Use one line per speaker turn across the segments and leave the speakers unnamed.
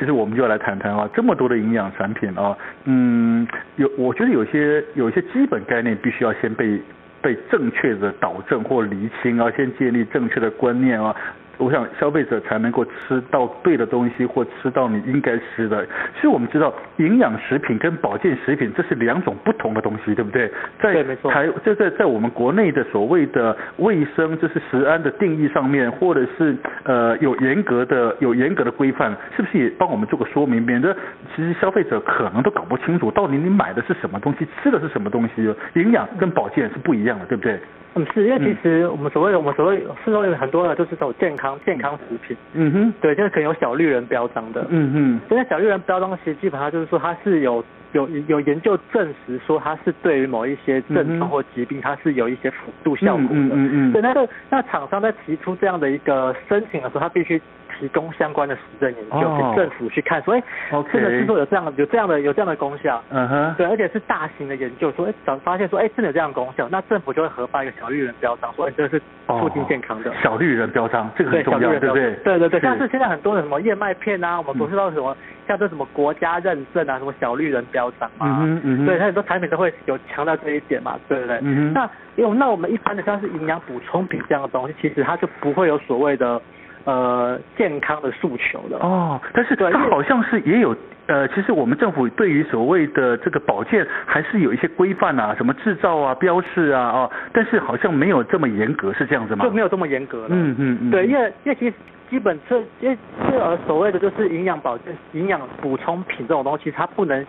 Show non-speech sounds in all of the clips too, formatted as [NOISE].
其实我们就要来谈谈啊，这么多的营养产品啊，嗯，有我觉得有些有些基本概念必须要先被被正确的导正或厘清啊，先建立正确的观念啊。我想消费者才能够吃到对的东西，或吃到你应该吃的。其实我们知道，营养食品跟保健食品这是两种不同的东西，对不对？在
对没错
台就在在我们国内的所谓的卫生，就是食安的定义上面，或者是呃有严格的有严格的规范，是不是也帮我们做个说明？免得其实消费者可能都搞不清楚到底你买的是什么东西，吃的是什么东西。营养跟保健是不一样的，对不对？
嗯，是因为其实我们所谓的我们所谓市场有很多的就是这种健康健康食品，
嗯哼，
对，就是可能有小绿人标章的。
嗯哼，
这些小绿人标章其实基本上就是说它是有有有研究证实说它是对于某一些症
嗯哼
状或疾病它是有一些辅助效果的。
嗯嗯嗯嗯
对，那个那厂商在提出这样的一个申请的时候，他必须提供相关的实证研究
哦
给政府去看，所以
OK
真的是说有这样的有这样的有这样的功效。
嗯哼。
对，而且是大型的研究，说哎，早发现说哎，真的有这样的功效，那政府就会核发一个小绿人标章，说哎，这是促进健康的。
哦小绿人标章，这个很
对，小
重
绿
要，
人
对
标
不对
志？对对对，像
是嗯
是现在很多的什么燕麦片啊，我们不是到什么、像这什么国家认证啊，什么小绿人标章
嗯
啊，
哼嗯哼
对，它很多产品都会有强调这一点嘛，对不对？
嗯哼
那因为那我们一般的像是营养补充品这样的东西，其实它就不会有所谓的呃健康的诉求的。
哦，但是
对
它
因为
好像是也有呃，其实我们政府对于所谓的这个保健还是有一些规范啊，什么制造啊、标示啊啊，但是好像没有这么严格，是这样子吗？
就没有这么严格了。
嗯嗯嗯
对，因为因为其实基本这因为这呃所谓的就是营养保健、营养补充品这种东西，它不能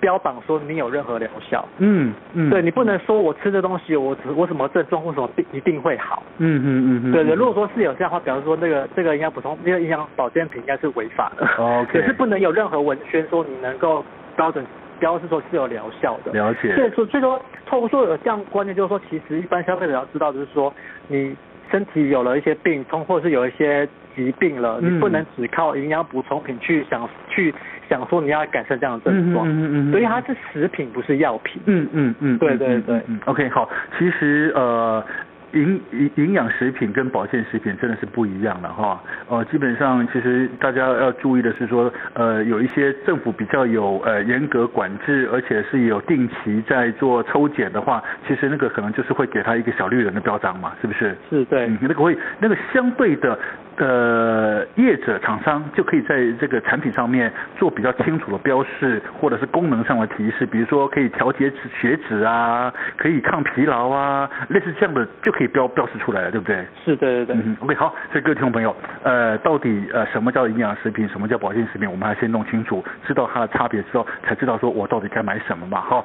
标榜说你有任何疗效。
嗯嗯，
对你不能说我吃这东西，我我什么症状或什么病一定会好。
嗯嗯嗯嗯，
对对，如果说是有这样的话，比方说那个这个营养补充、那个营养保健品应该是违法的，
哦 OK
[LAUGHS] 可是不能有任何文宣说你能够标准标示说是有疗效的。
了解
所以说，最多透过说有这样观念，就是说，其实一般消费者要知道，就是说你身体有了一些病痛，或者是有一些疾病了，
嗯
你不能只靠营养补充品去想去想说你要改善这样的症状。
嗯嗯嗯嗯嗯
所以它是食品，不是药品。
嗯嗯嗯，
对对
嗯
对
嗯嗯，OK，好，其实呃。营营营养食品跟保健食品真的是不一样的哈，呃，基本上其实大家要注意的是说，呃，有一些政府比较有呃严格管制，而且是有定期在做抽检的话，其实那个可能就是会给他一个小绿人的标章嘛，是不是？
是对。
嗯，那个会那个相对的呃业者厂商就可以在这个产品上面做比较清楚的标示，或者是功能上的提示，比如说可以调节脂血脂啊，可以抗疲劳啊，类似这样的就可以标标示出来了，对不对？
是，对对对。
嗯哼，OK，好，所以各位听众朋友，呃，到底呃什么叫营养食品，什么叫保健食品，我们还先弄清楚，知道它的差别之后，才知道说我到底该买什么嘛，哈。